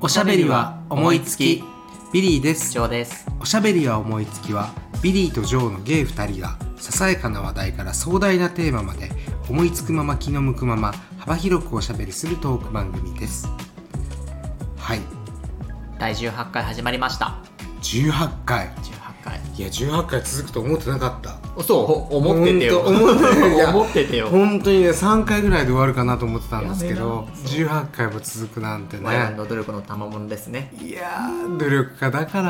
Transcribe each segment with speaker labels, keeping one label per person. Speaker 1: おしゃべりは思いつきビリーです
Speaker 2: ジョーです
Speaker 1: おしゃべりは思いつきはビリーとジョーのゲイ2人がささやかな話題から壮大なテーマまで思いつくまま気の向くまま幅広くおしゃべりするトーク番組ですはい
Speaker 2: 第18回始まりました
Speaker 1: 18回
Speaker 2: 18回
Speaker 1: いや18回続くと思ってなかった
Speaker 2: そう思っててよ
Speaker 1: ほんと思ってていや
Speaker 2: 思っててよ
Speaker 1: 本当にね3回ぐらいで終わるかなと思ってたんですけ
Speaker 2: やめ
Speaker 1: ど
Speaker 2: な
Speaker 1: 18回も続くなんてね
Speaker 2: 我々の努力の賜物ですね
Speaker 1: いやー 努力家だか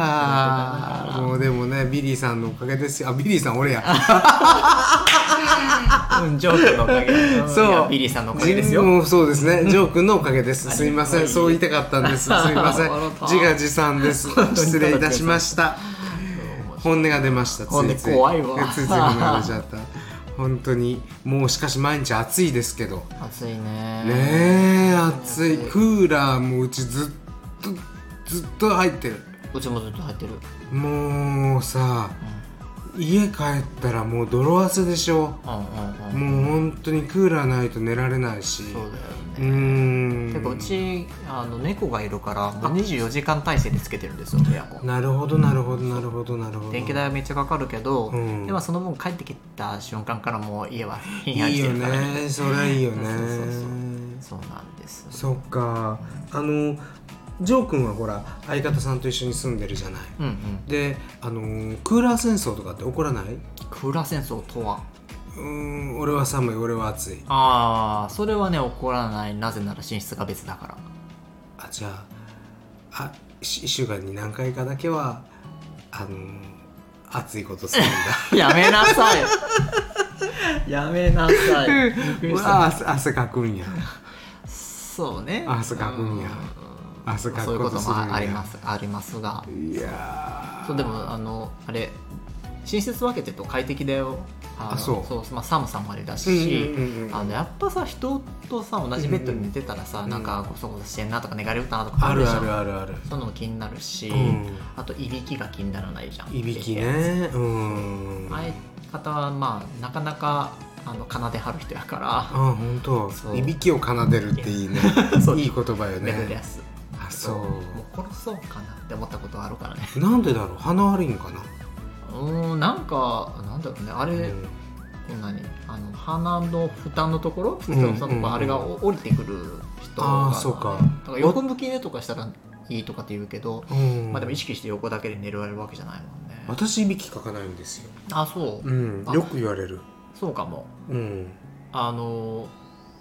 Speaker 1: らもうでもねビリーさんのおかげですよあビリーさん俺や
Speaker 2: うんジョークのおかげんい
Speaker 1: そ
Speaker 2: や
Speaker 1: う
Speaker 2: ビリーさんのおかげですよ
Speaker 1: もうそうですねジョー君のおかげですすいませ
Speaker 2: あ
Speaker 1: ん
Speaker 2: りが
Speaker 1: そ
Speaker 2: と
Speaker 1: う
Speaker 2: う
Speaker 1: 言いたかったん ですすいません
Speaker 2: あなた
Speaker 1: 自画自賛 です失礼いたしました本音が出ました
Speaker 2: 本音
Speaker 1: ついつい
Speaker 2: 怖いわ
Speaker 1: ついつい本音が出ちゃった本当にもうしかし毎日暑いですけど
Speaker 2: 暑いね
Speaker 1: ねえ暑いクーラーもううちずっとずっと入ってる
Speaker 2: うちもずっと入ってる
Speaker 1: もうさ家帰ったらもう泥汗でしょ
Speaker 2: うんうんうん
Speaker 1: もう本当にクーラーないと寝られないし
Speaker 2: そうだよ
Speaker 1: うー
Speaker 2: ね
Speaker 1: ん
Speaker 2: 結構うちあの猫がいるからもう24時間体制でつけてるんですよエアコン
Speaker 1: なるほどなるほどなるほどなるほど
Speaker 2: 電気代はめっちゃかかるけど、
Speaker 1: うん
Speaker 2: でもその分帰ってきた瞬間からもう家は ひんやり
Speaker 1: いい
Speaker 2: して
Speaker 1: よ
Speaker 2: るからね
Speaker 1: ねそれいいよね
Speaker 2: そうそうそうそうなんです
Speaker 1: そっかあのジョー君はほら相方さんと一緒に住んでるじゃない
Speaker 2: うんうん
Speaker 1: であのクーラー戦争とかって起こらない
Speaker 2: クーラー戦争とは
Speaker 1: うーん俺は寒い俺は暑い
Speaker 2: ああそれはね起こらないなぜなら寝室が別だから
Speaker 1: あじゃああし一週間に何回かだけはあのー暑いことするんだ
Speaker 2: やめなさい やめなさいびっくり
Speaker 1: う
Speaker 2: し
Speaker 1: わ
Speaker 2: た
Speaker 1: 汗汗かくんや
Speaker 2: そうね
Speaker 1: 汗かくんや
Speaker 2: うん
Speaker 1: 汗かく
Speaker 2: そういう
Speaker 1: こ
Speaker 2: ことと
Speaker 1: するんや
Speaker 2: もありますありますが
Speaker 1: いや
Speaker 2: そうでもあのあれ寝室分けてると快適だよあの
Speaker 1: あそう
Speaker 2: まあ、寒さもあれだし、
Speaker 1: うんうんうんうん
Speaker 2: あのやっぱさ人とさ同じベッドに寝てたらさ、なんかごそごそしてんなとか寝がれ打ったなとか
Speaker 1: あ
Speaker 2: ある
Speaker 1: る
Speaker 2: じゃん
Speaker 1: あるあるある
Speaker 2: そういうのも気になるし、
Speaker 1: うん
Speaker 2: あといびきが気にならないじゃん
Speaker 1: いびきねうん
Speaker 2: 相方はまあなかなかあの奏で張る人やから
Speaker 1: あ、本当
Speaker 2: そう
Speaker 1: いびきを奏でるっていい ね
Speaker 2: そう
Speaker 1: いい言葉よ
Speaker 2: レベルや
Speaker 1: ね
Speaker 2: す
Speaker 1: あそ
Speaker 2: もう殺そうかなって思ったことあるからね
Speaker 1: うなんでだろう鼻悪いんかな
Speaker 2: うーんなんかなんだろうねあれ、
Speaker 1: うん
Speaker 2: 何あの鼻の負担のところ、
Speaker 1: うん
Speaker 2: そ
Speaker 1: うん
Speaker 2: のあれがお降りてくる人
Speaker 1: あー
Speaker 2: が
Speaker 1: そうか
Speaker 2: だから横向き寝とかしたらいいとかって言うけど、
Speaker 1: うん
Speaker 2: まあ、でも意識して横だけで寝られるわけじゃないもんね
Speaker 1: 私いびきかかないんですよ
Speaker 2: あそう、
Speaker 1: うん
Speaker 2: あ
Speaker 1: よく言われる
Speaker 2: そうかも
Speaker 1: うん
Speaker 2: あのー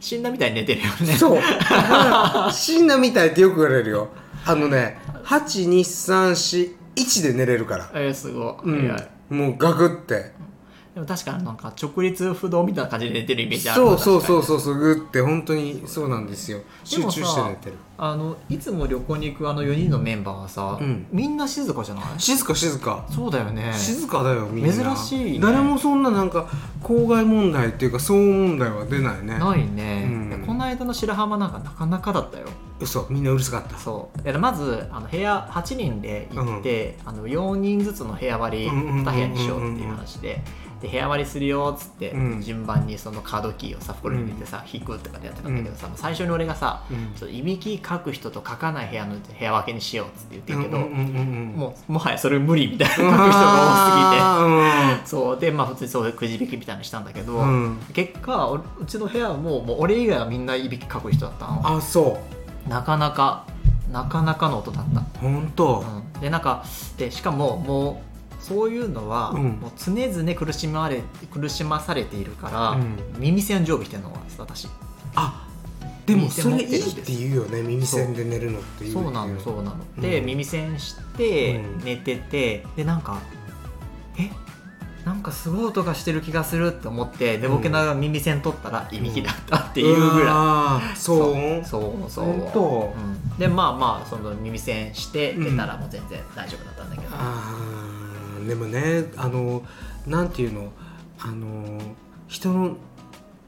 Speaker 2: 死んだみたいに寝てるよね
Speaker 1: そう。死んだみたいってよく言われるよ。あのね、8、2、3、4、1で寝れるから。
Speaker 2: えー、すご
Speaker 1: う
Speaker 2: い、
Speaker 1: ん
Speaker 2: 偉い。
Speaker 1: もうガクって。
Speaker 2: でも確かになんか直立不動みたいな感じで寝てるイメージあるな
Speaker 1: そうそう
Speaker 2: 確かに
Speaker 1: そうそうそう、グって本当にそうなんですよ。集中して寝てる。
Speaker 2: あのいつも旅行に行くあの4人のメンバーはさ、
Speaker 1: うん
Speaker 2: みんな静かじゃない
Speaker 1: 静か静か。
Speaker 2: そうだよね
Speaker 1: 静かだよみんな
Speaker 2: 珍しいね
Speaker 1: 誰もそんななんか公害問題っていうか騒音問題は出ないね
Speaker 2: ないね、
Speaker 1: うん
Speaker 2: いやこの間の白浜なんかなかなかだったよ
Speaker 1: 嘘みんなうるさかった
Speaker 2: そういやまずあの部屋8人で行って、あの4人ずつの部屋割り
Speaker 1: うんうんうんうんうん
Speaker 2: 2部屋にしようっていう話でで部屋割りするよっつって、
Speaker 1: うん
Speaker 2: 順番にそのカードキーをさ袋に入れてさ、引くとかでやってたんだけどさ、最初に俺がさ、
Speaker 1: うん
Speaker 2: ちょっといびき書く人と書かない部屋の部屋分けにしようっつって言ってるけど、
Speaker 1: うんうんうんうん
Speaker 2: もうもはやそれ無理みたいな書く人が多すぎて
Speaker 1: あ
Speaker 2: そうでまあ普通にそういうくじ引きみたいにしたんだけど、
Speaker 1: ーうんうん
Speaker 2: 結果おうちの部屋はもうもう俺以外はみんないびきかく人だったの
Speaker 1: あそ
Speaker 2: なかなかなかなかの音だっ
Speaker 1: う本当
Speaker 2: た、うん、でなんかでしかももうそういうのは、
Speaker 1: うん
Speaker 2: もう常々苦しまれ苦しまされているから、
Speaker 1: うん
Speaker 2: 耳栓常備してるの私
Speaker 1: あでも
Speaker 2: 耳
Speaker 1: そ
Speaker 2: 栓持
Speaker 1: れい
Speaker 2: ってるんです
Speaker 1: いって言うよね耳栓で寝るのっていう
Speaker 2: そうなの
Speaker 1: の
Speaker 2: そうなの
Speaker 1: うん
Speaker 2: で、耳栓して
Speaker 1: うん
Speaker 2: 寝ててでなんかえなんかすごい音がしてる気がするって思って寝ぼけながら耳栓取ったらいびきだったっていうぐらい、
Speaker 1: らいそう
Speaker 2: そうそう
Speaker 1: 本当
Speaker 2: うんでまあまあその耳栓して出たらもう全然大丈夫だったんだけど、
Speaker 1: あーでもねあのなんていうのあの人の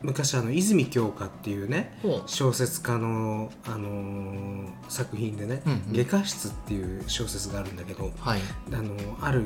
Speaker 1: 昔あの泉鏡花っていうね
Speaker 2: ほう
Speaker 1: 小説家の、あの作品でね「
Speaker 2: うんうん
Speaker 1: 外科室」っていう小説があるんだけど
Speaker 2: はい
Speaker 1: あのある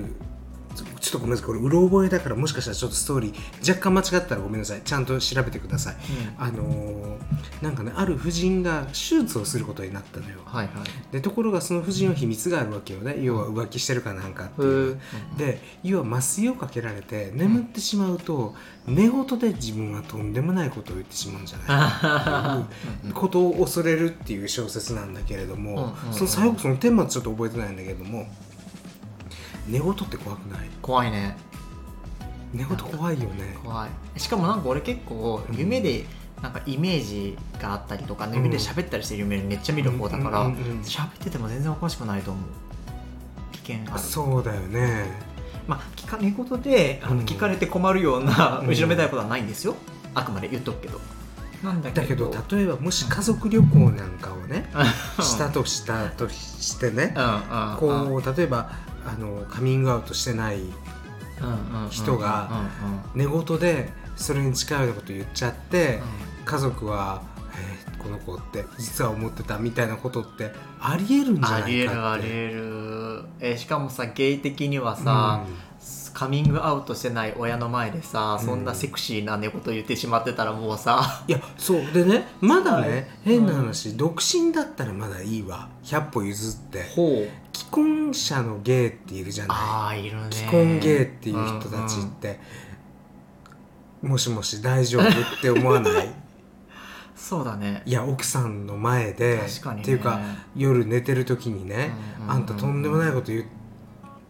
Speaker 1: ちょっとごめんなさいこれうろ覚えだからもしかしたらちょっとストーリー若干間違ったらごめんなさいちゃんと調べてくださいあのーなんかねある夫人が手術をすることになったのよ
Speaker 2: はいはい
Speaker 1: でところがその夫人は秘密があるわけよね要は浮気してるかなんかっていうで要は麻酔をかけられて眠ってしまうと寝言で自分はとんでもないことを言ってしまうんじゃないか
Speaker 2: あー
Speaker 1: ことを恐れるっていう小説なんだけれども、
Speaker 2: うんうんうん
Speaker 1: その最後その天末ちょっと覚えてないんだけれども寝言って怖くない
Speaker 2: 怖いね
Speaker 1: 寝言怖いよね
Speaker 2: 怖いしかもなんか俺結構夢でなんかイメージがあったりとか、夢で喋ったりしてる夢めっちゃ見る方だから
Speaker 1: う
Speaker 2: 喋、
Speaker 1: んうんうん
Speaker 2: ってても全然おかしくないと思う危険ある
Speaker 1: そうだよね
Speaker 2: まあ聞かねことであ
Speaker 1: うん
Speaker 2: の聞かれて困るような
Speaker 1: うん
Speaker 2: 後ろめたいことはないんですよ、あくまで言っとくけどなんだ
Speaker 1: だけど例えばもし家族旅行なんかをねしたとしたとしてね
Speaker 2: うんうん
Speaker 1: こう例えばあのカミングアウトしてない人が
Speaker 2: うんうんうん
Speaker 1: 寝言でそれに近いようなこと言っちゃって
Speaker 2: うん
Speaker 1: 家族は「えーこの子って実は思ってた」みたいなことってありえるんじゃないかって
Speaker 2: ありえるありえるえーしかもさゲイ的にはさ、カミングアウトしてない親の前でさ
Speaker 1: うん
Speaker 2: そんなセクシーな寝言言ってしまってたらもうさ、
Speaker 1: いやそうでねまだね、
Speaker 2: はい
Speaker 1: 変な話、独身だったらまだいいわ100歩譲って
Speaker 2: ほう
Speaker 1: 既婚者のゲイっているじゃな
Speaker 2: ああいるね
Speaker 1: い既婚ゲイっていう人たちって、もしもし大丈夫って思わ ない
Speaker 2: そうだね
Speaker 1: いや奥さんの前で
Speaker 2: 確かに、ね、
Speaker 1: っていうか夜寝てる時にね、
Speaker 2: うんうん
Speaker 1: あんたとんでもないこと言っ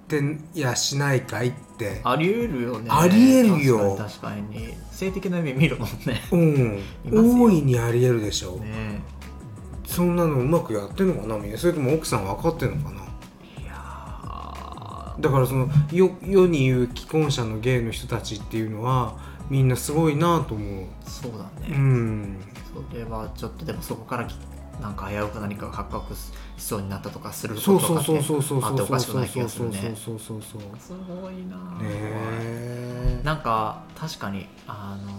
Speaker 1: ていやしないかいって
Speaker 2: ありえるよね
Speaker 1: ありえるよ
Speaker 2: 確かに確かに性的な夢見るもんね
Speaker 1: うん
Speaker 2: いますよ
Speaker 1: 大いにありえるでしょ、
Speaker 2: ね
Speaker 1: そんなのうまくやってんのかなみんなそれとも奥さん分かってんのかない
Speaker 2: やー
Speaker 1: だからそのよ世に言う既婚者のゲイの人たちっていうのはみんなすごいなと思う
Speaker 2: そうだ
Speaker 1: う
Speaker 2: ね、
Speaker 1: ん
Speaker 2: それはちょっとでもそこからきなんか危うく何かが発覚しそうになったとかする
Speaker 1: そ
Speaker 2: こ
Speaker 1: う
Speaker 2: と
Speaker 1: そ
Speaker 2: が
Speaker 1: うそうそうそうそ
Speaker 2: あっ
Speaker 1: う
Speaker 2: て
Speaker 1: そうそ
Speaker 2: おか
Speaker 1: う
Speaker 2: しく
Speaker 1: そ
Speaker 2: な
Speaker 1: う
Speaker 2: い気
Speaker 1: そう
Speaker 2: がす
Speaker 1: そう
Speaker 2: るね
Speaker 1: そうそうそう
Speaker 2: すごいなあ
Speaker 1: ねえ
Speaker 2: なんか確かにあの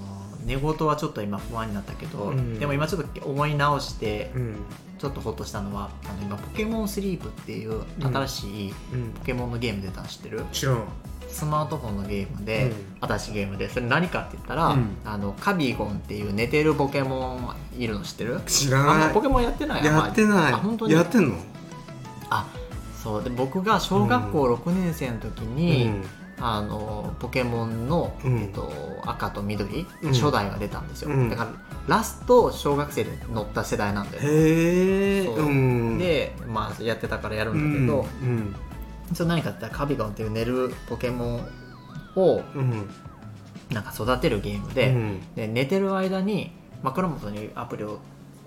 Speaker 2: 寝言はちょっと今不安になったけど、
Speaker 1: うん
Speaker 2: でも今ちょっと思い直して
Speaker 1: うん
Speaker 2: ちょっとほっとしたのはあの今「ポケモンスリープ」っていう
Speaker 1: うん
Speaker 2: 新しい
Speaker 1: うん
Speaker 2: ポケモンのゲーム出たの知ってる、
Speaker 1: 知らん
Speaker 2: スマートフォンのゲームで、
Speaker 1: う
Speaker 2: 新しいゲームでそれ何かって言ったら、
Speaker 1: うん
Speaker 2: あのカビゴンっていう寝てるポケモンいるの知ってる
Speaker 1: 知
Speaker 2: あ
Speaker 1: ら
Speaker 2: んま
Speaker 1: な
Speaker 2: ポケモンやってない
Speaker 1: いやってない
Speaker 2: あ本当に
Speaker 1: やってんの
Speaker 2: あそうで僕が小学校6年生の時に、あのポケモンの、
Speaker 1: うん
Speaker 2: えっと、赤と緑、
Speaker 1: うん
Speaker 2: 初代が出たんですよ、
Speaker 1: うん
Speaker 2: だからラスト小学生で乗った世代なんだよ、
Speaker 1: へえ
Speaker 2: そう
Speaker 1: うん
Speaker 2: で、まあ、やってたからやる
Speaker 1: うん
Speaker 2: だけど
Speaker 1: ん、うん
Speaker 2: それ何かって言ったらカビゴンっていう寝るポケモンを
Speaker 1: うん
Speaker 2: なんか育てるゲーム
Speaker 1: う
Speaker 2: で,、
Speaker 1: ん
Speaker 2: で寝てる間に枕元にアプリを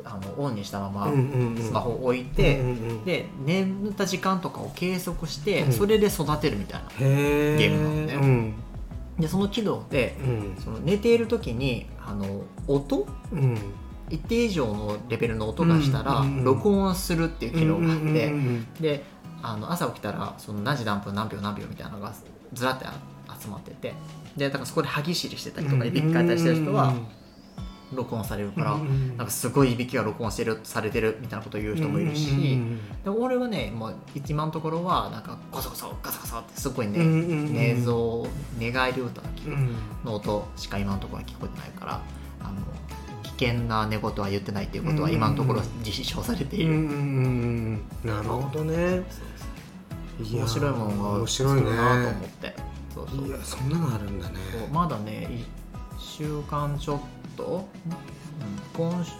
Speaker 2: あのオンにしたまま
Speaker 1: うんうんうん
Speaker 2: スマホを置いて、
Speaker 1: うんうんうん
Speaker 2: で眠った時間とかを計測して、
Speaker 1: うん
Speaker 2: それで育てるみたいな
Speaker 1: へえ
Speaker 2: ゲームな
Speaker 1: うん
Speaker 2: でその機能で
Speaker 1: うん
Speaker 2: その寝ている時にあの音
Speaker 1: うん
Speaker 2: 一定以上のレベルの音がしたら、
Speaker 1: うんうんうん
Speaker 2: 録音するっていう機能があって、
Speaker 1: うんうん
Speaker 2: であの朝起きたらその何時何分何秒何秒みたいなのがずらって集まっててでだからそこで歯ぎしりしてたりとかいびきかいたりしてる人は録音されるから、
Speaker 1: うん
Speaker 2: なんかすごいいびきが録音してるされてるみたいなことを言う人もいるし、でも俺はねもう今のところはなんかゴソゴソガサガサってすごいね、寝相寝返り歌が聞こえるの音しか今のところは聞こえてないからあの危険な寝言は言ってないっていうことは今のところ実証されている、
Speaker 1: なるほどね
Speaker 2: 面白いものが
Speaker 1: 面白いね
Speaker 2: 作るなと思ってそうそう
Speaker 1: いやそんなのあるんだね
Speaker 2: そうまだね1週間ちょっと、うん今週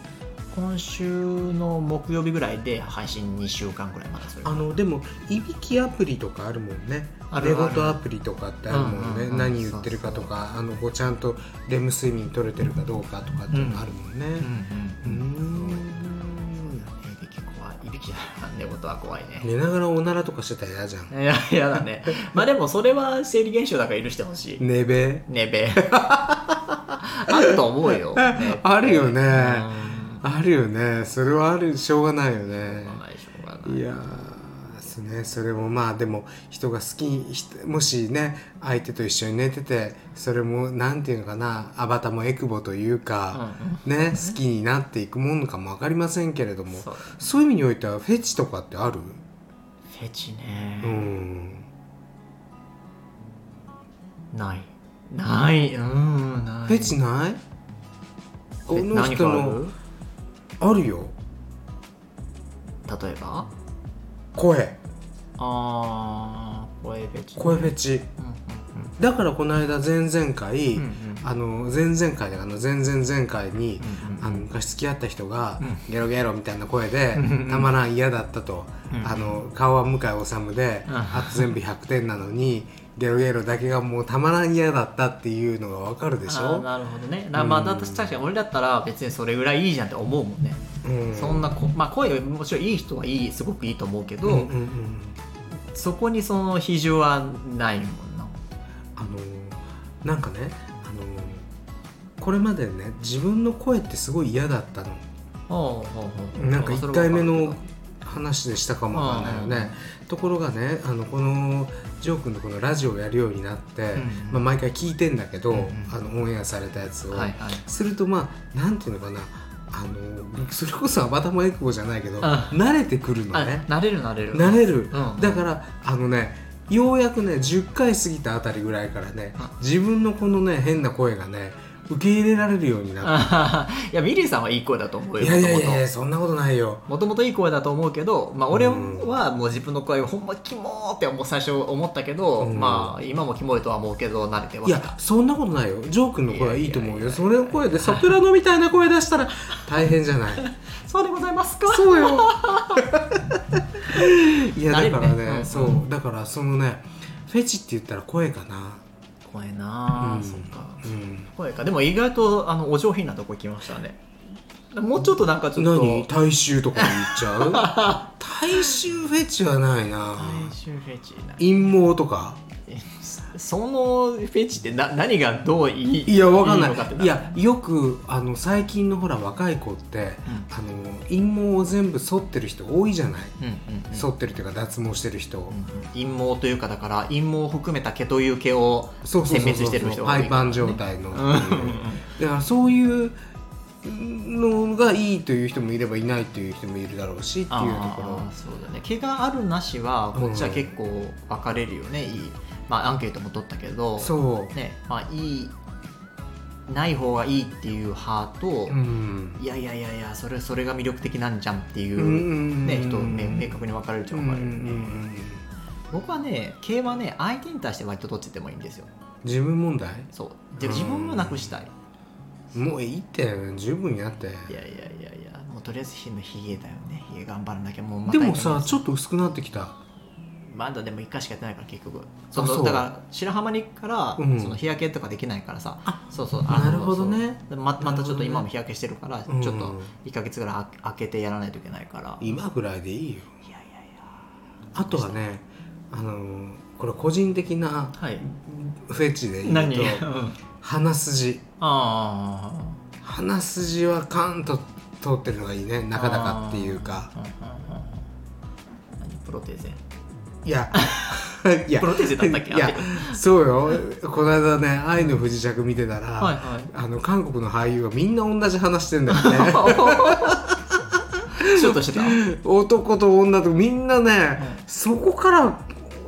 Speaker 2: 今週の木曜日ぐらいで配信2週間ぐらいまだそれ
Speaker 1: あのでもいびきアプリとかあるもんね
Speaker 2: あ
Speaker 1: 寝
Speaker 2: るある
Speaker 1: 言アプリとかってあるもん
Speaker 2: うんうん
Speaker 1: ね
Speaker 2: うん
Speaker 1: 何言ってるかとかあのこうちゃんとレム睡眠取れてるかどうかとかっていうのあるもんねう
Speaker 2: う
Speaker 1: ん
Speaker 2: うんうん
Speaker 1: ん
Speaker 2: いびき怖いいびきじゃない 寝言は怖いね
Speaker 1: 寝ながらおならとかしてたら嫌じゃん
Speaker 2: いや、いやだね。まあでもそれは生理現象だから許してほしい。
Speaker 1: 寝べ
Speaker 2: ねべ。あると思 うよ。ね
Speaker 1: あるよね
Speaker 2: うん
Speaker 1: あるよねそれはあるしょうがないよ
Speaker 2: しょ
Speaker 1: ね
Speaker 2: うがないしょうがない
Speaker 1: いやーですねそれもまあでも人が好きひもしね相手と一緒に寝ててそれもなんていうのかなアバタもエクボというか、ね好きになっていくものかも分かりませんけれど
Speaker 2: うんうん
Speaker 1: も
Speaker 2: そう
Speaker 1: そういう意味においてはフェチとかってある
Speaker 2: フェチね、
Speaker 1: うん
Speaker 2: ないないうんない
Speaker 1: フェチないこ
Speaker 2: え
Speaker 1: の
Speaker 2: 何
Speaker 1: 人
Speaker 2: かあ
Speaker 1: のあるよ
Speaker 2: る例えば
Speaker 1: 声
Speaker 2: あー声フェチ
Speaker 1: 声フェチ
Speaker 2: うんうん
Speaker 1: だからこの間前々回、
Speaker 2: うんうん
Speaker 1: あの前々回だからあの前々前回に、
Speaker 2: うんうん
Speaker 1: あの昔付き合った人が、
Speaker 2: う
Speaker 1: ゲロゲロみたいな声で、
Speaker 2: うんうんうん
Speaker 1: たまらん嫌だったと、
Speaker 2: うん
Speaker 1: あの顔は向井理で、
Speaker 2: うん
Speaker 1: あと全部100点なのにゲロゲロだけがもうたまらん嫌だったっていうのがわかるでし
Speaker 2: あー
Speaker 1: ょ、
Speaker 2: なるほどねなまあ
Speaker 1: うん
Speaker 2: だって確かに俺だったら別にそれぐらいいいじゃんって思うもんね、
Speaker 1: うん、
Speaker 2: そんなこ、まあ、声もちろんいい人はいいすごくいいと思うけど、
Speaker 1: うんうんうん
Speaker 2: そこにその比重はないもんな
Speaker 1: あのなんかねあのこれまでね自分の声ってすごい嫌だったの
Speaker 2: ほうほうほう
Speaker 1: なんか
Speaker 2: それ
Speaker 1: 1
Speaker 2: は
Speaker 1: 回目
Speaker 2: わ
Speaker 1: の
Speaker 2: かる
Speaker 1: 話でしたかもわかんないよ
Speaker 2: うんうん
Speaker 1: ねところがねあのこのジョー君のこのラジオをやるようになって、
Speaker 2: うん
Speaker 1: まあ、毎回聞いてんだけど、
Speaker 2: うんうん
Speaker 1: あのオンエアされたやつ
Speaker 2: け
Speaker 1: を、
Speaker 2: どはいはい
Speaker 1: するとまあなんていうのかなあのそれこそアバタマエクボじゃないけど
Speaker 2: ん
Speaker 1: 慣れてくるの
Speaker 2: あ
Speaker 1: ね
Speaker 2: なれるなれる
Speaker 1: 慣れる、
Speaker 2: うん
Speaker 1: だからあのねようやくね10回過ぎたあたりぐらいからね
Speaker 2: あ
Speaker 1: 自分のこのね変な声がね受け入れられるようになっ
Speaker 2: あ ーいやミリーさんはいい声だと思う
Speaker 1: た
Speaker 2: よ
Speaker 1: いやいやい
Speaker 2: 元々
Speaker 1: やそんなことないよ
Speaker 2: もともといい声だと思うけど、まあ、俺
Speaker 1: うん
Speaker 2: はもう自分の声をほんまキモーってもう最初思ったけど、
Speaker 1: うん
Speaker 2: まあ今もキモいとは思うけど慣れてはい
Speaker 1: やそんなことないよジョー君の声はいいと思う
Speaker 2: い
Speaker 1: よ
Speaker 2: やいやいや
Speaker 1: それの声でソプラノみたいな声出したら大変じゃない
Speaker 2: そうでございますか
Speaker 1: そう よいや
Speaker 2: 慣
Speaker 1: だ
Speaker 2: れる
Speaker 1: か
Speaker 2: ね
Speaker 1: らね
Speaker 2: うんうん
Speaker 1: そうだからそのねフェチって言ったら声かな
Speaker 2: 声なあ、
Speaker 1: うん
Speaker 2: そっか
Speaker 1: うん
Speaker 2: 声かでも意外とあのお上品なとこ行きましたねもうちょっとなんかちょっと
Speaker 1: 何大衆とか言っちゃう 大衆フェチはないな
Speaker 2: 大衆フェチな
Speaker 1: 陰謀とか
Speaker 2: そのフェチってな何がどういい
Speaker 1: いやわかんない
Speaker 2: のって
Speaker 1: いやよくあの最近のほら若い子って、あの陰謀を全部剃ってる人多いじゃない、
Speaker 2: うんうんうん
Speaker 1: 剃ってるっていうか脱毛してる人、
Speaker 2: うんうん陰謀というかだから陰謀を含めた毛という毛を
Speaker 1: そうそうそう
Speaker 2: 殲滅
Speaker 1: そう
Speaker 2: してる人が
Speaker 1: パ
Speaker 2: 多い
Speaker 1: イパン状態の、
Speaker 2: うんうん
Speaker 1: だからそういうのがいいという人もいればいないという人もいるだろうしっていうところ
Speaker 2: あーそうだね毛があるなしはこっちは結構分かれるよね、いいまあアンケートも取ったけど
Speaker 1: そう、
Speaker 2: ねまあいいない方がいいっていう派と、
Speaker 1: うん
Speaker 2: いやいやいやいやそれそれが魅力的なんじゃんってい
Speaker 1: うんうんう
Speaker 2: う、
Speaker 1: ん
Speaker 2: ね人明明確に分かれるっちゃ
Speaker 1: うん
Speaker 2: 分
Speaker 1: うん
Speaker 2: か
Speaker 1: う
Speaker 2: れる、
Speaker 1: ん
Speaker 2: 僕はね毛はね相手に対して割とどっちでもいいんですよ
Speaker 1: 自分問題
Speaker 2: そうで自分をなくしたい、
Speaker 1: もういいって十分やって
Speaker 2: いやいやいやいやもうとりあえずひのひげだよねひげ頑張らなきゃもうま
Speaker 1: で
Speaker 2: た
Speaker 1: もさち
Speaker 2: ょ
Speaker 1: ょっと薄くなってきた
Speaker 2: まだでも1回しかやってないから結局そ
Speaker 1: あそ
Speaker 2: の
Speaker 1: う
Speaker 2: だから白浜に行くから、
Speaker 1: うん
Speaker 2: その日焼けとかできないからさ
Speaker 1: あ
Speaker 2: そうそうあの
Speaker 1: なるほどね
Speaker 2: そうままたちょっと今
Speaker 1: なるほど
Speaker 2: も
Speaker 1: ね
Speaker 2: 日焼けしてるから、
Speaker 1: うん
Speaker 2: ちょっと1か月ぐらいあ開けてやらないといけないからい
Speaker 1: 今ぐらいでいいよ
Speaker 2: やいやいや
Speaker 1: あとはねあのこれ個人的な
Speaker 2: はい
Speaker 1: フェチで言う
Speaker 2: 何
Speaker 1: と鼻筋
Speaker 2: ああ
Speaker 1: 鼻筋はカンと通ってるのがいいねなかなかっていうか
Speaker 2: うんうんうん何プロテーゼ
Speaker 1: い やいや
Speaker 2: プロテーゼだったっけ
Speaker 1: いや
Speaker 2: あれ
Speaker 1: そうよこの間ね「愛の不時着」見てたら、
Speaker 2: はい はい
Speaker 1: あの韓国の俳優はみんな同じ話してんだよね
Speaker 2: シュートしてた
Speaker 1: 男と女とみんなね、そこから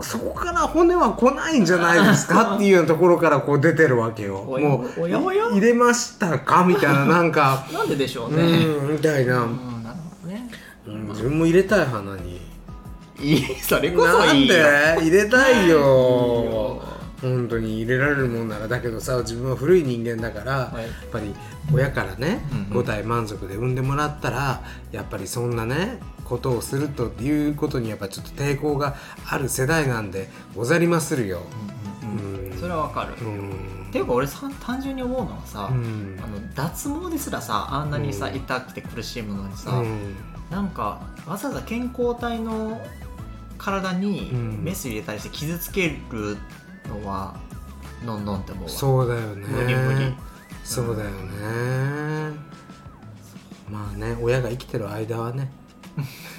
Speaker 1: そこから骨は来ないんじゃないですかっていうようなところからこう出てるわけよ。
Speaker 2: おや
Speaker 1: もう
Speaker 2: おやおや
Speaker 1: 入れましたかみたいななんか
Speaker 2: なんででしょう
Speaker 1: う
Speaker 2: ね、
Speaker 1: んみたいな、
Speaker 2: うんなるほどね
Speaker 1: うん自分も入れたい鼻に。
Speaker 2: いいそれこそ
Speaker 1: ないん
Speaker 2: いよ
Speaker 1: で入れたい
Speaker 2: いい
Speaker 1: よ
Speaker 2: よ
Speaker 1: 本当に入れられるもんならだけどさ自分は古い人間だから、
Speaker 2: はい
Speaker 1: やっぱり親からね、
Speaker 2: うんうん
Speaker 1: 五体満足で産んでもらったらやっぱりそんなねことをするとっていうことにやっぱちょっと抵抗がある世代なんでござりまするよ。うん
Speaker 2: それはわかる、
Speaker 1: う
Speaker 2: っ
Speaker 1: ん
Speaker 2: ていうか俺さ単純に思うのはさ、
Speaker 1: うん
Speaker 2: あの脱毛ですらさあんなにさ、
Speaker 1: うん
Speaker 2: 痛くて苦しいものにさ、
Speaker 1: うん
Speaker 2: なんかわざわざ健康体の体に
Speaker 1: うん
Speaker 2: メス入れたりして傷つけるのはのんのんって思うわ
Speaker 1: そうだよね
Speaker 2: 無理無理
Speaker 1: そうだよね、まあね親が生きてる間はね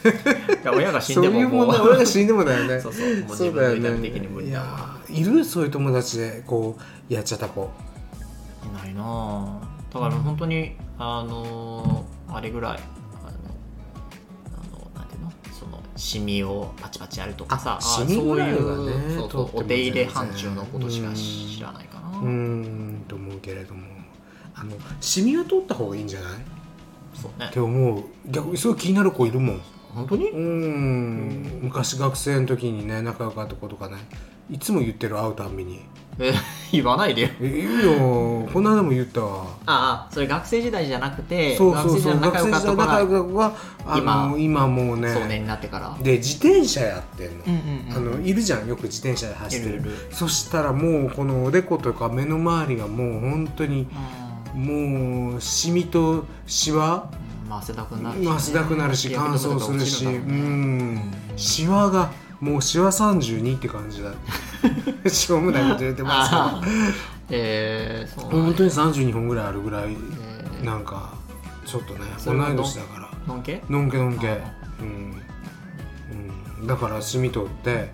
Speaker 2: いや親が死
Speaker 1: そ
Speaker 2: ん
Speaker 1: う
Speaker 2: で
Speaker 1: い
Speaker 2: も
Speaker 1: う
Speaker 2: も
Speaker 1: 問題俺が死んでもだよね
Speaker 2: そうそうもう
Speaker 1: そ
Speaker 2: 自
Speaker 1: うだよ
Speaker 2: 分
Speaker 1: ね
Speaker 2: の痛み的に無理だわ
Speaker 1: いやいるそういう友達でこうやっちゃった子
Speaker 2: いないなあだから本当にあのーあれぐらいあのあのなんていうのそのシミをパチパチやるとかさ
Speaker 1: あ
Speaker 2: あ
Speaker 1: シミ
Speaker 2: そ
Speaker 1: ぐ
Speaker 2: う
Speaker 1: らい
Speaker 2: い
Speaker 1: はね
Speaker 2: うそうそう
Speaker 1: とっ
Speaker 2: お
Speaker 1: ても全然
Speaker 2: 手入れ範疇のことしか知らないかな、
Speaker 1: うーんと思うけれどもあのシミは取った方がいいんじゃないっ
Speaker 2: そうね
Speaker 1: て思う逆にすごい気になる子いるもん
Speaker 2: 本当に
Speaker 1: うーん昔学生の時にね仲良かった子とかねいつも言ってる会うたんびに
Speaker 2: え 言わないでよ
Speaker 1: 「え言うよこんなのも言ったわ
Speaker 2: ああそれ学生時代じゃなく」て
Speaker 1: そうそうそう
Speaker 2: 学
Speaker 1: 学生
Speaker 2: 生時代
Speaker 1: 時代
Speaker 2: 仲良
Speaker 1: 仲
Speaker 2: かった
Speaker 1: 良
Speaker 2: 子が
Speaker 1: かった子があの今もうね
Speaker 2: 壮年になってから
Speaker 1: で自転車やってんの,、
Speaker 2: うんうんうん
Speaker 1: あのいるじゃんよく自転車で走ってる
Speaker 2: いるいる
Speaker 1: そしたらもうこのおでことか目の周りがもう本当に
Speaker 2: う
Speaker 1: もうシミとシワ
Speaker 2: んまあ汗だくになるしね、
Speaker 1: 汗だくなるし乾燥するし
Speaker 2: う
Speaker 1: うんんシワがもうシワ32って感 じだしょうもないこと言ってますけど
Speaker 2: あー えー、そうなんだ
Speaker 1: 本当に32本ぐらいあるぐらい
Speaker 2: えー
Speaker 1: なんかちょっとね
Speaker 2: そ
Speaker 1: 同
Speaker 2: れも
Speaker 1: い年だから
Speaker 2: のんけ
Speaker 1: のんけのんけ
Speaker 2: あ
Speaker 1: うん、うん、だからシミ取って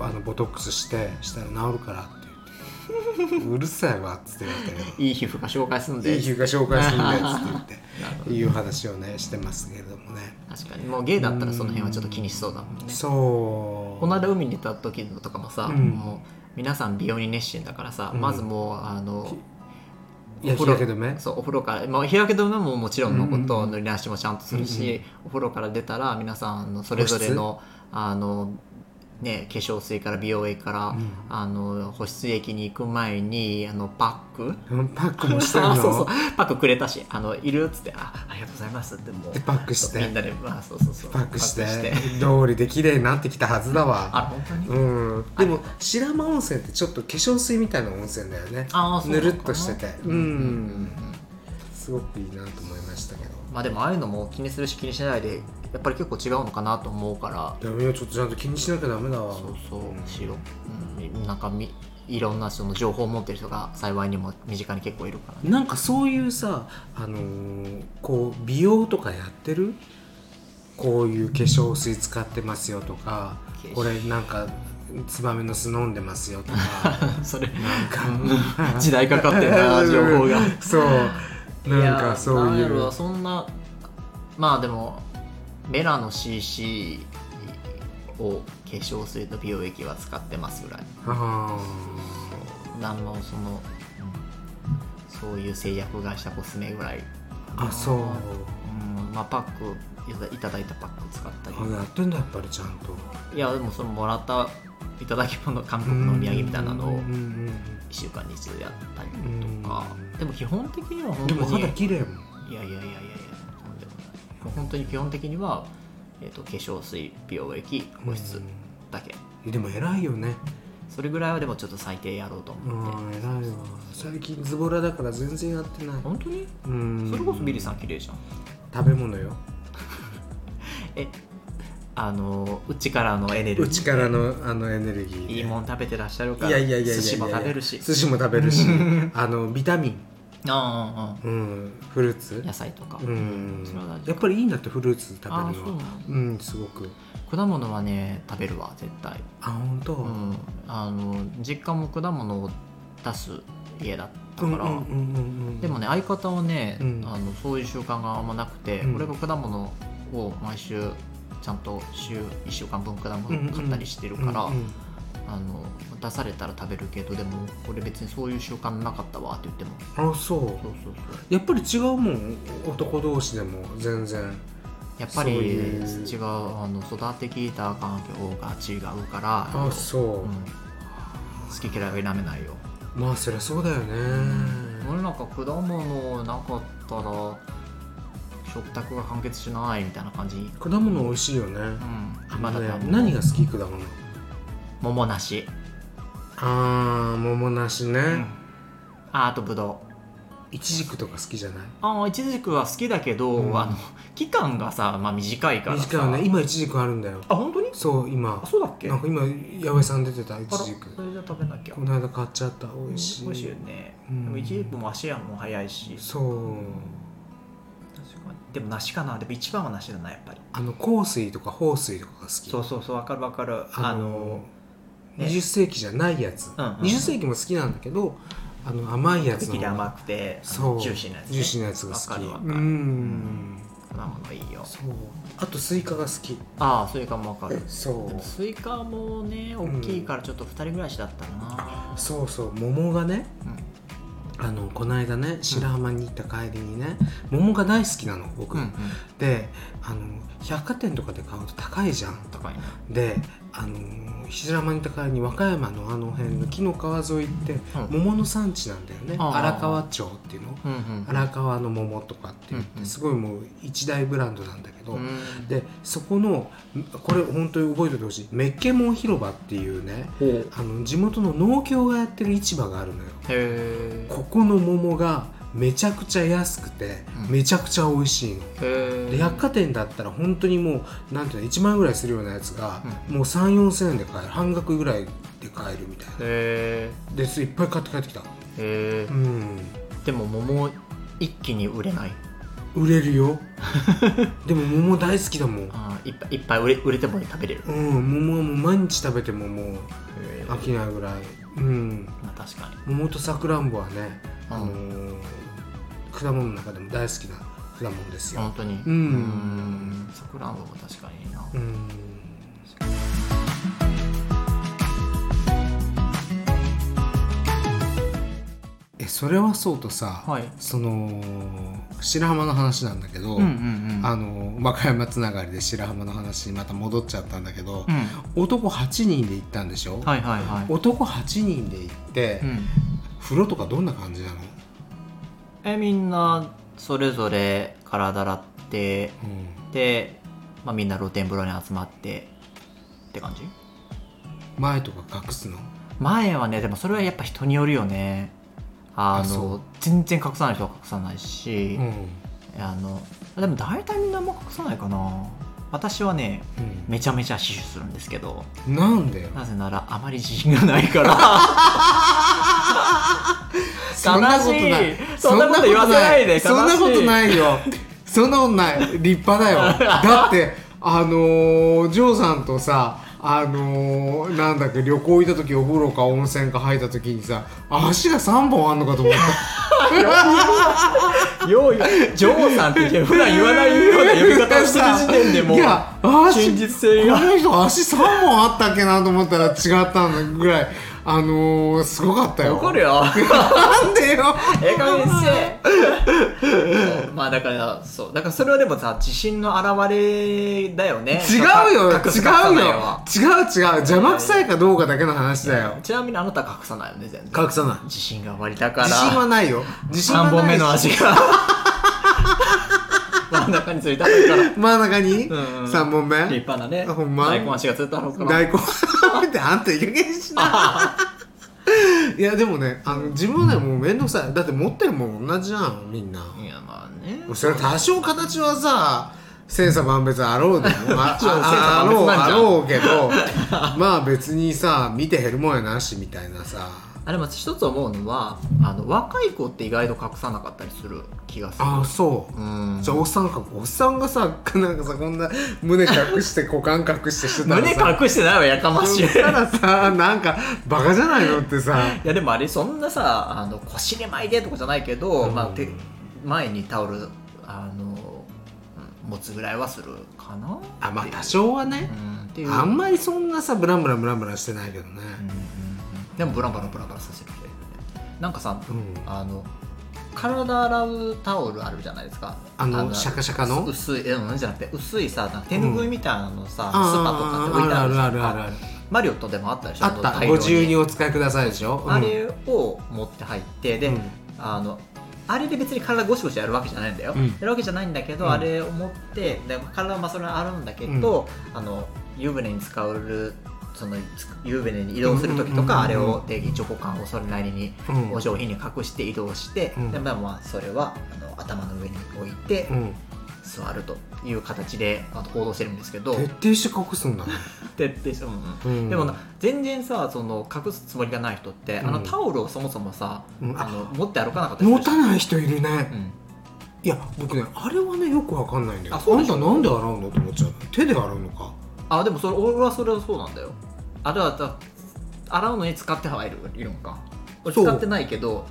Speaker 1: あのボトックスしてしたら治るからって言 ってうるさいわっつって言われたけど
Speaker 2: いい皮膚が紹介するんで
Speaker 1: いい皮膚が紹介するんだよっつって
Speaker 2: なる
Speaker 1: 言っていう話をねしてますけれどもね
Speaker 2: 確かにもうゲイだったらその辺はちょっと気にしそうだもんね
Speaker 1: そう
Speaker 2: この間海に行った時のとかもさ、
Speaker 1: うん
Speaker 2: もう皆さん美容に熱心だからさ、
Speaker 1: うん
Speaker 2: まずもうあの
Speaker 1: いや日焼け止め
Speaker 2: そうお風呂から、まあ、日焼け止めももちろんのこ
Speaker 1: うんう
Speaker 2: と
Speaker 1: ん
Speaker 2: 塗り直しもちゃんとするし、
Speaker 1: うんう
Speaker 2: お風呂から出たら皆さんあのそれぞれのあの、ね、化粧水から美容液から、
Speaker 1: うん
Speaker 2: あの保湿液に行く前にあのパック
Speaker 1: パックもしてる の
Speaker 2: あ そうそうパックくれたし「あのいる?」っつってあ「ありがとうございます」ってもう
Speaker 1: でパックして
Speaker 2: そうみんなで、まあ、そうそうそう
Speaker 1: パックして道理で綺麗になってきたはずだわ
Speaker 2: あ本当に、
Speaker 1: うんでも白浜温泉ってちょっと化粧水みたいな温泉だよね
Speaker 2: ああそうな
Speaker 1: ぬ
Speaker 2: のか
Speaker 1: る
Speaker 2: な
Speaker 1: っとしてて
Speaker 2: うん
Speaker 1: う
Speaker 2: うんうん
Speaker 1: んすごくいいなと思いましたけど
Speaker 2: まあでもああいうのも気にするし気にしないでやっぱり結構違うのかなと思うから
Speaker 1: ダメよちょっとちゃんと気にしなきゃダメだわ
Speaker 2: そうそうしよう、うん、なんかみいろんなその情報を持ってる人が幸いにも身近に結構いるから、ね、
Speaker 1: なんかそういうさ、あのーこう美容とかやってるこういう化粧水使ってますよとか
Speaker 2: 化粧
Speaker 1: これなんかツバメの巣飲んでますよと か
Speaker 2: それ
Speaker 1: なんか
Speaker 2: 時代かかってんな情報が
Speaker 1: そうなんかそうい
Speaker 2: やなんや
Speaker 1: う
Speaker 2: ろそんなまあでもメラの CC を化粧水と美容液は使ってますぐらい
Speaker 1: あ
Speaker 2: 何のその、うんそういう製薬会社コスメぐらい
Speaker 1: ーあそう
Speaker 2: うんまあ、パックいただいただいたパック使ったり
Speaker 1: あやってんだやっぱりちゃんと
Speaker 2: いやでもそのもらったいただき物韓国のお土産みたいなのを
Speaker 1: うんうん
Speaker 2: 1
Speaker 1: うん
Speaker 2: 週間に一度やったり
Speaker 1: うん
Speaker 2: とかでも基本的には本
Speaker 1: で
Speaker 2: 当
Speaker 1: も
Speaker 2: に
Speaker 1: 肌綺麗もん
Speaker 2: いやいやいやいやいやとんでもない本当に基本的には、えー、と化粧水美容液保湿だけ、
Speaker 1: うんでも偉いよね
Speaker 2: それぐらいはでもちょっと最低やろうと
Speaker 1: う
Speaker 2: 思っ
Speaker 1: ん
Speaker 2: て、
Speaker 1: 偉いわ最近ズボラだから全然やってない
Speaker 2: 本当に
Speaker 1: うん
Speaker 2: それこそビリーさん綺麗じゃん
Speaker 1: 食べ物よ
Speaker 2: えあのうちからのエネルギー
Speaker 1: うちからのあのエネルギーで
Speaker 2: いいもん食べてらっしゃるから
Speaker 1: いやいやいやいやいや
Speaker 2: 寿司も食べるし
Speaker 1: 寿司も食べるしあのビタミン、
Speaker 2: ああああ
Speaker 1: うん、フルーツ
Speaker 2: 野菜とか、
Speaker 1: うん
Speaker 2: それは大事
Speaker 1: やっぱりいいんだってフルーツ食べるの
Speaker 2: あそうな
Speaker 1: は
Speaker 2: の
Speaker 1: うんすごく
Speaker 2: 果物はね食べるわ絶対、
Speaker 1: あ本当、
Speaker 2: うん、あの実家も果物を出す家だったから、
Speaker 1: うんうんうんうん
Speaker 2: でもね相方はね、
Speaker 1: うん
Speaker 2: あのそういう習慣があんまなくて、
Speaker 1: うん
Speaker 2: 俺が果物を毎週ちゃんと週1週間分果
Speaker 1: うんう
Speaker 2: 物
Speaker 1: ん
Speaker 2: 買ったりしてるから、
Speaker 1: うんうん
Speaker 2: あの出されたら食べるけどでも俺別にそういう習慣なかったわって言っても
Speaker 1: あそ
Speaker 2: そうそうそう
Speaker 1: うやっぱり違うもん男同士でも全然
Speaker 2: やっぱり
Speaker 1: そう
Speaker 2: 違
Speaker 1: いう
Speaker 2: うあの育ってきた環境が違うから
Speaker 1: あそう、
Speaker 2: うん好き嫌いは否めないよ
Speaker 1: まあそりゃそうだよね、
Speaker 2: 俺なんか果物なかったら食卓が完結しないみたいな感じ、うん、
Speaker 1: 果物美味しいよね、
Speaker 2: 今だったら
Speaker 1: ね何が好き果物
Speaker 2: 桃なし、
Speaker 1: あー桃なしね、
Speaker 2: ああとぶどう
Speaker 1: いちじくとか好きじゃない
Speaker 2: ああいちじくは好きだけど、
Speaker 1: うん
Speaker 2: あの期間がさ、まあ、短いからさ
Speaker 1: 短いよね今いちじくあるんだよ
Speaker 2: あ本当に
Speaker 1: そう今
Speaker 2: あそうだっけ
Speaker 1: なんか今八百屋さん出てたい
Speaker 2: あら
Speaker 1: ち
Speaker 2: そ
Speaker 1: じ
Speaker 2: れ
Speaker 1: く
Speaker 2: じゃ食べなきゃ
Speaker 1: この間買っちゃった美味しい,、
Speaker 2: 美味しいよね、
Speaker 1: うん
Speaker 2: でもいちじくも足やも早いし
Speaker 1: そう
Speaker 2: 確かにでも梨かなでも一番は梨だなやっぱり
Speaker 1: あの香水とか豊水とかが好き
Speaker 2: そうそうそうわかるわかるあ
Speaker 1: あ
Speaker 2: の
Speaker 1: の、
Speaker 2: ね
Speaker 1: 20世紀じゃないやつ、
Speaker 2: うんうんうん
Speaker 1: 20世紀も好きなんだけどあの甘いやつ
Speaker 2: 適
Speaker 1: の
Speaker 2: 量甘くてあの
Speaker 1: そう
Speaker 2: ジューシーなやつ、ね、
Speaker 1: ジューシーなやつが
Speaker 2: わ
Speaker 1: 好
Speaker 2: か
Speaker 1: き
Speaker 2: るわか
Speaker 1: う
Speaker 2: る
Speaker 1: ん
Speaker 2: なものいいよ
Speaker 1: そうあとスイカが好き
Speaker 2: ああスイカもわかる
Speaker 1: そう
Speaker 2: スイカもね大きいからちょっと2人暮らしだったな、
Speaker 1: そうそう桃がね
Speaker 2: うん
Speaker 1: あのこの間ね白浜に行った帰りにね、桃が大好きなの僕、
Speaker 2: うんうん、
Speaker 1: であの百貨店とかで買うと高いじゃん
Speaker 2: 高いな
Speaker 1: であの石山に高いに和歌山のあの辺の木の川沿いって
Speaker 2: うん
Speaker 1: 桃の産地なんだよね、
Speaker 2: あー
Speaker 1: 荒川町っていうの、
Speaker 2: うんうん
Speaker 1: 荒川の桃とかって言っ
Speaker 2: うんう
Speaker 1: て
Speaker 2: ん
Speaker 1: すごいもう一大ブランドなんだけど、
Speaker 2: うん
Speaker 1: でそこのこれ本当に覚えておいてほしいメッケモン広場っていうね
Speaker 2: ほうへ
Speaker 1: あの地元の農協がやってる市場があるのよ
Speaker 2: え
Speaker 1: ここの桃がめちゃくちゃ安くて、
Speaker 2: うん
Speaker 1: めちゃくちゃ美味しいの
Speaker 2: へ
Speaker 1: で
Speaker 2: え
Speaker 1: 百貨店だったら本当にもうなんていうの1万円ぐらいするようなやつが、
Speaker 2: うん
Speaker 1: もう3 4千円で買える半額ぐらいで買えるみたいな
Speaker 2: へ
Speaker 1: でいっぱい買って帰ってきた
Speaker 2: えへえ
Speaker 1: うん
Speaker 2: でも桃一気に売れない
Speaker 1: 売れる よでも桃大好きだもん
Speaker 2: ああいっぱいいっぱい売れ売れても食べれる
Speaker 1: うん桃はもう毎日食べてももう
Speaker 2: へ
Speaker 1: 飽きないぐらいうん
Speaker 2: まあ確かに
Speaker 1: 桃とさくらんぼはね、
Speaker 2: うん
Speaker 1: あのー果物の中でも大好きな果物ですよ
Speaker 2: 本当にうんんさくらんぼも確かにいいな
Speaker 1: うんえそれはそうとさ、
Speaker 2: はい
Speaker 1: その白浜の話なんだけど、
Speaker 2: ん
Speaker 1: あの和歌山つながりで白浜の話にまた戻っちゃったんだけど
Speaker 2: う、ん
Speaker 1: 男8人で行ったんでしょ、
Speaker 2: はいはいはい
Speaker 1: 男8人で行って、
Speaker 2: うん
Speaker 1: 風呂とかどんな感じなの、
Speaker 2: えみんなそれぞれ体洗ってで、まあ、みんな露天風呂に集まってって感じ
Speaker 1: 前とか隠すの
Speaker 2: 前はねでもそれはやっぱ人によるよねあ
Speaker 1: あそ
Speaker 2: の全然隠さない人は隠さないし、
Speaker 1: うん、
Speaker 2: あのでも大体みんなあんま隠さないかな私はねめちゃめちゃ死守するんですけど
Speaker 1: うん、なんだよ
Speaker 2: なぜならあまり自信がないから
Speaker 1: そんなことない
Speaker 2: 悲しいそんなこと言わせないで
Speaker 1: そんなことないよそんなことない立派 だよだってあのー、ジョーさんとさあのー、なんだっけ旅行行った時お風呂か温泉か入った時にさ足が3本あんのかと思った
Speaker 2: よう言うジョーさんって言って 普段言わないような呼び方をしてる時点でもう
Speaker 1: いや足
Speaker 2: 堅実性が
Speaker 1: この人足3本あったっけなと思ったら違ったんだぐらいあのー、すごかったよ
Speaker 2: 怒 るよ
Speaker 1: なんでよ
Speaker 2: ええ加減にして そうまあだからそうだからそれはでもさ自信の表れだよね
Speaker 1: 違うよ違うよ
Speaker 2: 隠す隠さないは
Speaker 1: 違う違う邪魔くさいかどうかだけの話だよ
Speaker 2: ちなみにあなたは隠さないよね全然
Speaker 1: 隠さない
Speaker 2: 自信が終わりだから
Speaker 1: 自信はないよ自信はない
Speaker 2: 3本目の足が 真ん中についたろうから
Speaker 1: 真ん中に
Speaker 2: うんうん
Speaker 1: 3本目
Speaker 2: 立派なね
Speaker 1: ほんま
Speaker 2: 大根足がついたろうから
Speaker 1: 大根 ってあんたいい加減にし ないやでもねあの自分はねもう面倒くさいだって持ってるもん同じじゃんみんない
Speaker 2: やまあね
Speaker 1: それ多少形はさ千差万別あろうで もあ
Speaker 2: もちろん千差
Speaker 1: ああ
Speaker 2: 万
Speaker 1: ろ
Speaker 2: 別
Speaker 1: う
Speaker 2: なん
Speaker 1: あ
Speaker 2: じゃん
Speaker 1: ろうけどまあ別にさ見て減るもんやなしみたいなさ
Speaker 2: あでも一つ思うのはあの若い子って意外と隠さなかったりする気がする
Speaker 1: ああそう
Speaker 2: うん
Speaker 1: じゃあおっさんかおっさんがさなんかさこんな胸隠して股間隠してしてたら
Speaker 2: 胸
Speaker 1: さ
Speaker 2: 隠してないわやかましい
Speaker 1: そしたらさなんかバカじゃないのってさ
Speaker 2: いやでもあれそんなさあの腰に巻いてとかじゃないけど、
Speaker 1: うん
Speaker 2: まあ、手前にタオルあのうん持つぐらいはするかな
Speaker 1: あまあ
Speaker 2: っていう
Speaker 1: 多少はね
Speaker 2: うんっていう
Speaker 1: あんまりそんなさブランブランブランブランしてないけどね
Speaker 2: うんうんうんでもブランブランブランブランさせる人いるよねなんかさ、
Speaker 1: うん
Speaker 2: あの体洗うタオルあるじゃないですか
Speaker 1: あのシャカシャカの
Speaker 2: 薄いえうんじゃなくて薄いさなんか手拭いみたいなのさ、スパとか
Speaker 1: あ
Speaker 2: っ
Speaker 1: ー
Speaker 2: て置いてあ
Speaker 1: あ
Speaker 2: るじ
Speaker 1: る
Speaker 2: ゃ
Speaker 1: あ
Speaker 2: ん
Speaker 1: るあるある
Speaker 2: マリオットでもあったでしょ
Speaker 1: あった
Speaker 2: 大量
Speaker 1: ご自由にお使いくださいでしょうん
Speaker 2: あれを持って入ってで、
Speaker 1: うん
Speaker 2: あのあれで別に体ゴシゴシやるわけじゃないんだよ、
Speaker 1: うん
Speaker 2: やるわけじゃないんだけど、
Speaker 1: うん
Speaker 2: あれを持ってで体はまあそれはあるんだけど、あの湯船に使うそのつ湯船に移動する時
Speaker 1: うんう
Speaker 2: とか、
Speaker 1: んうんうん
Speaker 2: あれをで一応股間をそれなりに
Speaker 1: うん
Speaker 2: お上品に隠して移動して、
Speaker 1: うん
Speaker 2: でまあまあそれはあの頭の上に置いて
Speaker 1: うん
Speaker 2: 座るという形であの行動してるんですけど
Speaker 1: 徹底して隠すんだね
Speaker 2: 徹底して、うん うん
Speaker 1: うん
Speaker 2: でもな全然さその隠すつもりがない人って、あの
Speaker 1: うん
Speaker 2: タオルをそもそもさ、
Speaker 1: うん
Speaker 2: あの持って歩かなかったりす
Speaker 1: 持
Speaker 2: るじゃ
Speaker 1: た
Speaker 2: ん
Speaker 1: ない人いるね
Speaker 2: うん
Speaker 1: いや僕ねあれはねよくわかんないんだよ
Speaker 2: あそう
Speaker 1: あ
Speaker 2: で
Speaker 1: ん
Speaker 2: しょ
Speaker 1: たなんで洗うのと思っちゃう手で洗うのか
Speaker 2: あでもそれ俺はそれはそうなんだよあだから洗うのに使ってはいるいるのか俺
Speaker 1: そう
Speaker 2: 使ってないけど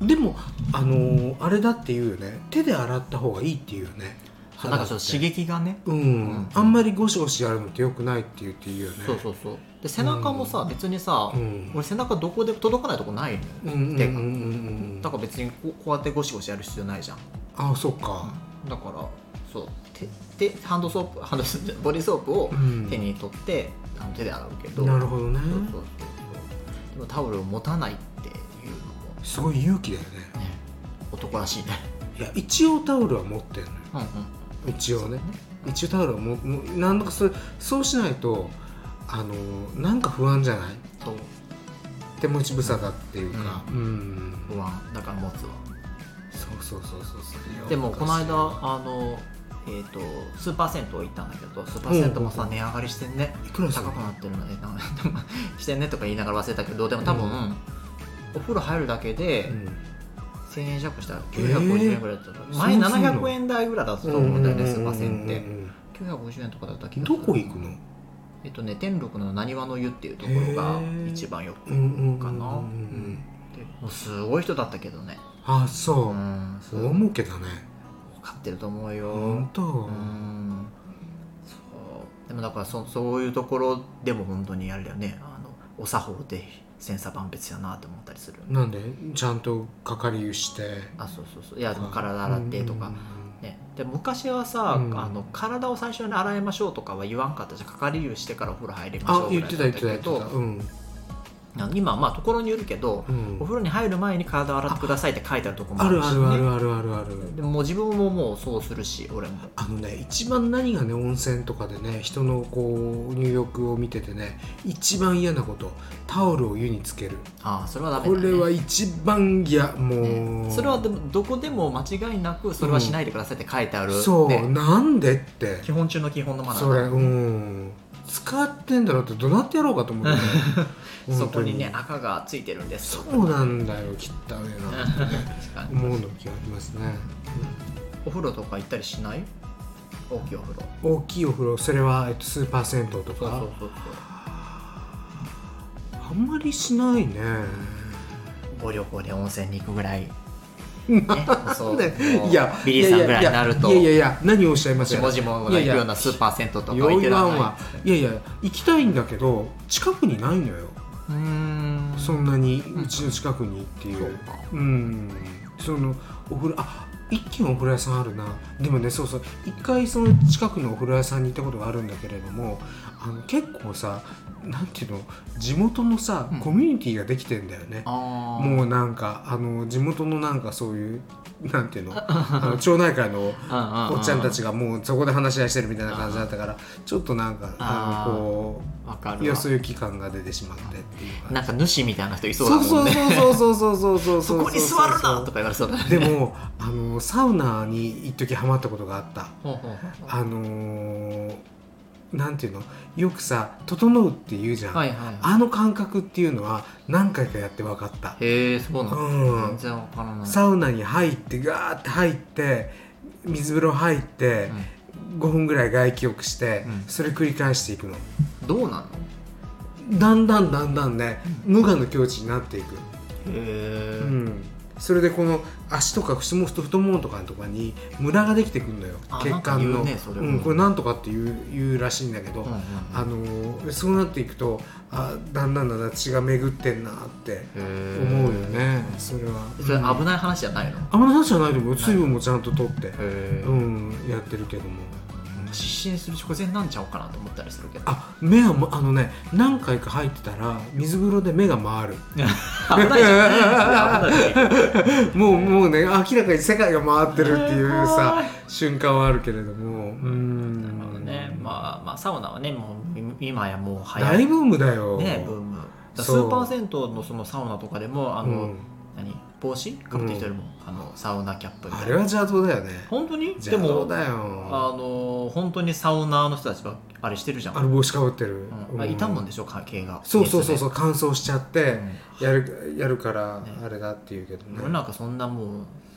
Speaker 1: でもあのーあれだって言うよね手で洗った方がいいって言うよね
Speaker 2: そうなんかちょっと刺激がね
Speaker 1: うん、
Speaker 2: ん
Speaker 1: あんまりゴシゴシやるのってよくないって言っていいよね
Speaker 2: そうそうそうで背中もさ、別にさ、
Speaker 1: うん
Speaker 2: 俺背中どこで届かないとこないのよ、
Speaker 1: うんうんうん
Speaker 2: 手
Speaker 1: うん
Speaker 2: が
Speaker 1: うん
Speaker 2: だから別にこうこうやってゴシゴシやる必要ないじゃん
Speaker 1: あそっか
Speaker 2: だからそう手手ハンドソープハンドソープじゃないボディーソープを
Speaker 1: うん
Speaker 2: 手に取って、あの手で洗うけど
Speaker 1: なるほどね
Speaker 2: そうそうそうそうでもタオルを持たないっていうの
Speaker 1: すごい勇気だよね
Speaker 2: も、ね、男らしいね
Speaker 1: いや一応タオルは持ってんのよ
Speaker 2: うんうん
Speaker 1: 一応ね一応タオルはももなんだかそれそうしないとあのなんか不安じゃない
Speaker 2: そう
Speaker 1: 手持ち無沙汰っていうかうん、
Speaker 2: 不安だから持つわ
Speaker 1: そうそうそうそうそう
Speaker 2: でもこの間
Speaker 1: い
Speaker 2: あのえー、とスーパー銭湯行ったんだけどスーパー銭湯もさ
Speaker 1: うん
Speaker 2: 値上がりしてんね
Speaker 1: くらする
Speaker 2: 高くなってるのねなんか してんねとか言いながら忘れたけどでも多分、
Speaker 1: うん
Speaker 2: お風呂入るだけで、1000円弱したら950円ぐらいだったから、
Speaker 1: えー
Speaker 2: 前
Speaker 1: そうそうなの
Speaker 2: 700円台ぐらいだったと思うんだよねスーパー銭って
Speaker 1: ん
Speaker 2: 950円とかだった気
Speaker 1: うん
Speaker 2: がす
Speaker 1: ど
Speaker 2: る
Speaker 1: こ行くの
Speaker 2: えっとね天禄の浪速の湯っていうところが
Speaker 1: へー
Speaker 2: 一番よく、
Speaker 1: うん
Speaker 2: かな
Speaker 1: うんうん
Speaker 2: でもうすごい人だったけどね
Speaker 1: あ
Speaker 2: う
Speaker 1: そ
Speaker 2: んす
Speaker 1: う、
Speaker 2: ご
Speaker 1: 大
Speaker 2: い
Speaker 1: 儲けだね
Speaker 2: 買ってると思うよ、
Speaker 1: 本当、
Speaker 2: うんそうでもだからそそういうところでも本当にあれだよねあのお作法で千差万別やなって思ったりするよね
Speaker 1: なんでちゃんと係り湯して
Speaker 2: あそうそうそういやでも体洗ってとか、
Speaker 1: うん
Speaker 2: ね、で昔はさ、
Speaker 1: うん
Speaker 2: あの体を最初に洗いましょうとかは言わんかったじゃんかかり湯してからお風呂入りましょ
Speaker 1: あ
Speaker 2: うぐ
Speaker 1: 言
Speaker 2: ら
Speaker 1: っ
Speaker 2: い
Speaker 1: て
Speaker 2: だ
Speaker 1: た言ってた
Speaker 2: け
Speaker 1: 言ってた
Speaker 2: ど
Speaker 1: うん、
Speaker 2: あの今はまあところによるけど、
Speaker 1: うん
Speaker 2: お風呂に入る前に体を洗ってくださいって書いてあるとこも
Speaker 1: あ
Speaker 2: あ
Speaker 1: る
Speaker 2: るし、ね、
Speaker 1: あるあるあるあるある
Speaker 2: でもう自分ももうそうするし俺も
Speaker 1: あのね一番何がね温泉とかでね人のこう入浴を見ててね一番嫌なことタオルを湯につける
Speaker 2: ああそれはダメ
Speaker 1: こ
Speaker 2: だ、ね、
Speaker 1: れは一番嫌もう、
Speaker 2: ねそれはでもどこでも間違いなくそれはしないでくださいって書いてある、
Speaker 1: そう、
Speaker 2: ね
Speaker 1: なんでって
Speaker 2: 基本中の基本のマナー
Speaker 1: そ
Speaker 2: だ
Speaker 1: れうん使ってんだろうってどなってやろうかと思うよ ね
Speaker 2: そこにね
Speaker 1: 本
Speaker 2: 赤がついてるんです
Speaker 1: 当そうなんだよ切ったねなってね
Speaker 2: 確かに
Speaker 1: 思うの気がありますね、
Speaker 2: お風呂とか行ったりしない大きいお風呂
Speaker 1: うん大きいお風呂それは、えっと、スーパー銭湯とか
Speaker 2: そうそうそうそう
Speaker 1: あんまりしないね
Speaker 2: ご旅行で温泉に行くぐらい、ね、 そう
Speaker 1: ね
Speaker 2: もう
Speaker 1: いや
Speaker 2: ビリーさんぐらいになると
Speaker 1: いやいやいや何をおっしゃいます
Speaker 2: 文字も
Speaker 1: いや
Speaker 2: 行
Speaker 1: い
Speaker 2: く
Speaker 1: や
Speaker 2: ようなスーパー銭湯とか
Speaker 1: よ
Speaker 2: 行け
Speaker 1: 言
Speaker 2: ら
Speaker 1: わ
Speaker 2: ない
Speaker 1: んわいやいや行きたいんだけど近くにないのよ
Speaker 2: うーん
Speaker 1: そんなにうちの近くにっていううんそのお風呂あ一軒お風呂屋さんあるなでもねそうそう一回その近くのお風呂屋さんに行ったことがあるんだけれどもあの結構さなんていうの地元のさ
Speaker 2: うん
Speaker 1: コミュニティができてんだよね、
Speaker 2: あー
Speaker 1: もうなんかあの地元のなんかそういうなんていうのあの町内会の
Speaker 2: うんうんうん
Speaker 1: おっちゃんたちがもうそこで話し合いしてるみたいな感じだったからちょっとなんかあ
Speaker 2: あ
Speaker 1: の
Speaker 2: ー
Speaker 1: こ
Speaker 2: わか
Speaker 1: う
Speaker 2: る
Speaker 1: よ
Speaker 2: わ
Speaker 1: そ行き感が出てしまってっていうか
Speaker 2: なんか主みたいな人いそうだ
Speaker 1: そう
Speaker 2: も
Speaker 1: そ
Speaker 2: ん
Speaker 1: う
Speaker 2: ね
Speaker 1: そうそうそうそうそう
Speaker 2: そ
Speaker 1: う
Speaker 2: こに座るなとか言われそうだね
Speaker 1: でもあのサウナに一時ハマったことがあった
Speaker 2: ほうほう
Speaker 1: あのーなんていうのよくさ「整う」って言うじゃん、
Speaker 2: はいはい
Speaker 1: あの感覚っていうのは何回かやって分かった
Speaker 2: へえそうなんだ
Speaker 1: うん
Speaker 2: 全然わからない
Speaker 1: サウナに入ってガーって入って水風呂入って
Speaker 2: うん
Speaker 1: 5分ぐらい外気浴して
Speaker 2: うん
Speaker 1: それ繰り返していくの
Speaker 2: どうなの
Speaker 1: だんだんだんだんね無我の境地になっていく、
Speaker 2: へえ
Speaker 1: うん、それでこの足とか太もも太ももとかのところにムラができてくるのよ
Speaker 2: あ
Speaker 1: 血管
Speaker 2: なんか言
Speaker 1: の
Speaker 2: うねそれも
Speaker 1: うん、これなんとかって言う言うらしいんだけど、あのーそうなっていくとあだんだんだんだん血が巡ってんなって思うよねそれは
Speaker 2: それ
Speaker 1: うん
Speaker 2: 危ない話じゃないのへ
Speaker 1: あんまり話じゃないと思う水分もちゃんと取って、
Speaker 2: え
Speaker 1: うん、やってるけども
Speaker 2: 失神する直前なんちゃうかなと思ったりするけど
Speaker 1: あ目はもあのね何回か入ってたら水風呂で目が回る
Speaker 2: 危ないじゃん危ない じ
Speaker 1: もうもうね明らかに世界が回ってるっていうさ
Speaker 2: 怖い
Speaker 1: 瞬間はあるけれどもう
Speaker 2: ゃんなるほど
Speaker 1: ん
Speaker 2: ねまあまあサウナはねもうい今やもう流行
Speaker 1: 大ブームだよ、
Speaker 2: るねブームだからス
Speaker 1: そう
Speaker 2: ーパー銭湯のそのサウナとかでもあの、
Speaker 1: うん
Speaker 2: 何帽子かぶってる人いるもん、あのサウナキャップみた
Speaker 1: あ
Speaker 2: い
Speaker 1: れは
Speaker 2: な
Speaker 1: 邪道だよね
Speaker 2: 本当にで
Speaker 1: 邪道
Speaker 2: も
Speaker 1: だ
Speaker 2: あ
Speaker 1: よ
Speaker 2: の本当にサウナーの人たちはあれしてるじゃん
Speaker 1: あれ帽子かぶってる、
Speaker 2: うんまあ、いたもん
Speaker 1: ね
Speaker 2: でしょ家計が
Speaker 1: そうそうそうそうう乾燥しちゃって
Speaker 2: ん
Speaker 1: やるやるから
Speaker 2: ね
Speaker 1: あれだっていうけどね
Speaker 2: 俺なんかそんなもう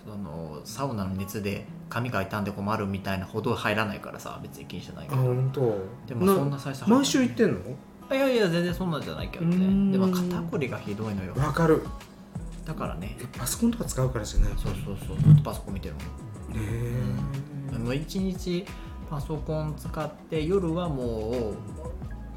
Speaker 2: あのサウナの熱で髪が傷んで困るみたいなほど入らないからさ別に気にしてないけ
Speaker 1: あ
Speaker 2: ど
Speaker 1: 本当
Speaker 2: でもそん
Speaker 1: な
Speaker 2: な最初
Speaker 1: 毎週行ってんの
Speaker 2: いやいや全然そんなんじゃないけど
Speaker 1: うーん
Speaker 2: ねでも肩こりがひどいのよ
Speaker 1: わかる
Speaker 2: だからね
Speaker 1: えパソコンとか使うからじゃない
Speaker 2: そうそうそうずっとパソコン見てるもん
Speaker 1: ねえ
Speaker 2: もう一日パソコン使って夜はもう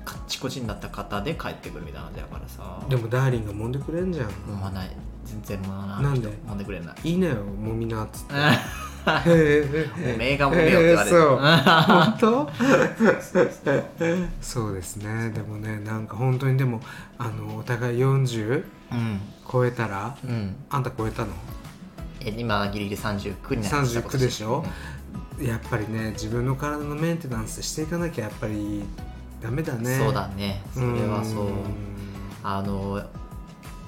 Speaker 2: カッチコチになった方で帰ってくるみたいな感じだからさ
Speaker 1: でもダーリンが揉んでくれんじゃん
Speaker 2: 揉まない全然揉まない
Speaker 1: なんで
Speaker 2: 揉んでくれない
Speaker 1: いいなよ揉みなっつって
Speaker 2: おめえが揉めよって言われ
Speaker 1: え
Speaker 2: る、
Speaker 1: ー 本当
Speaker 2: そうそう
Speaker 1: そうですねでもねなんか本当にでもあのお互い40
Speaker 2: うん
Speaker 1: 超えたら
Speaker 2: うん
Speaker 1: あんた超えたの
Speaker 2: え今ギリギリ39になりました
Speaker 1: 39でしょ
Speaker 2: 今年
Speaker 1: やっぱりね自分の体のメンテナンスしていかなきゃやっぱりダメだね
Speaker 2: そうだねそれはそうあの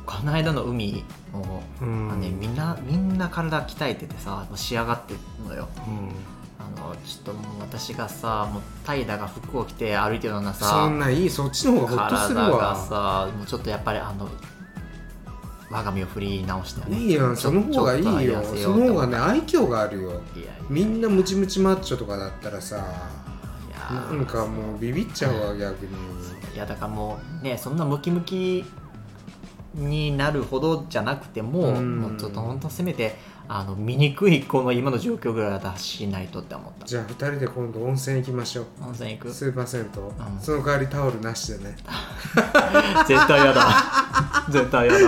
Speaker 2: この間の海も
Speaker 1: う
Speaker 2: あ
Speaker 1: ん
Speaker 2: のね、みんなみんな体鍛えててさもう仕上がってるのよ
Speaker 1: うん
Speaker 2: あのちょっともう私がさもう怠惰が服を着て歩いてるような
Speaker 1: そ
Speaker 2: さ
Speaker 1: んないいそっちの方がホッとす
Speaker 2: 体
Speaker 1: る
Speaker 2: が
Speaker 1: わ
Speaker 2: さもうちょっとやっぱりあの我が身を振り直してね
Speaker 1: いいよ
Speaker 2: ちょ
Speaker 1: その方がいい
Speaker 2: ちょ
Speaker 1: よ
Speaker 2: っと痩せ
Speaker 1: そ
Speaker 2: よう
Speaker 1: の
Speaker 2: と
Speaker 1: 方
Speaker 2: 思
Speaker 1: が
Speaker 2: って
Speaker 1: ね愛嬌があるよ
Speaker 2: いやいや
Speaker 1: みんなムチムチマッチョとかだったらさ
Speaker 2: いや
Speaker 1: な
Speaker 2: ー
Speaker 1: んかもうビビっちゃうわ逆に
Speaker 2: いやだからもうねそんなムキムキになるほどじゃなくても、
Speaker 1: うん
Speaker 2: もうちょっと本当せめてあの醜いこの今の状況ぐらいは出しないとって思った
Speaker 1: じゃあ二人で今度温泉行きましょう
Speaker 2: 温泉 行く
Speaker 1: スーパー銭湯、
Speaker 2: ん
Speaker 1: その代わりタオルなしでね
Speaker 2: 絶対やだ絶対やだ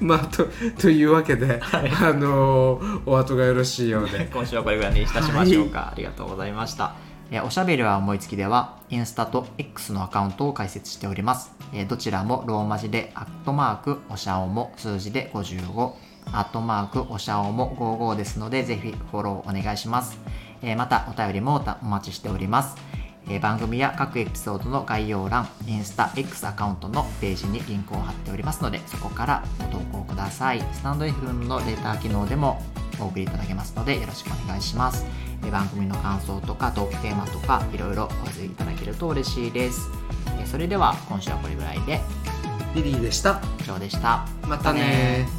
Speaker 1: まあとというわけで、あのーお後がよろしいようで
Speaker 2: 今週はこれぐらいにいたしましょうか、ありがとうございましたえーおしゃべりは思いつきではインスタと X のアカウントを開設しておりますえーどちらもローマ字でアットマークおしゃおも数字で55アットマークおしゃおも55ですのでぜひフォローお願いしますえーまたお便りもおたお待ちしておりますえー番組や各エピソードの概要欄インスタ X アカウントのページにリンクを貼っておりますのでそこからご投稿くださいスタンド FM のレター機能でもお送りいただけますのでよろしくお願いしますえー番組の感想とかトークテーマとかいろいろお寄せいただけると嬉しいですえーそれでは今週はこれぐらいで
Speaker 1: リリーでした
Speaker 2: 以上でした
Speaker 1: またねー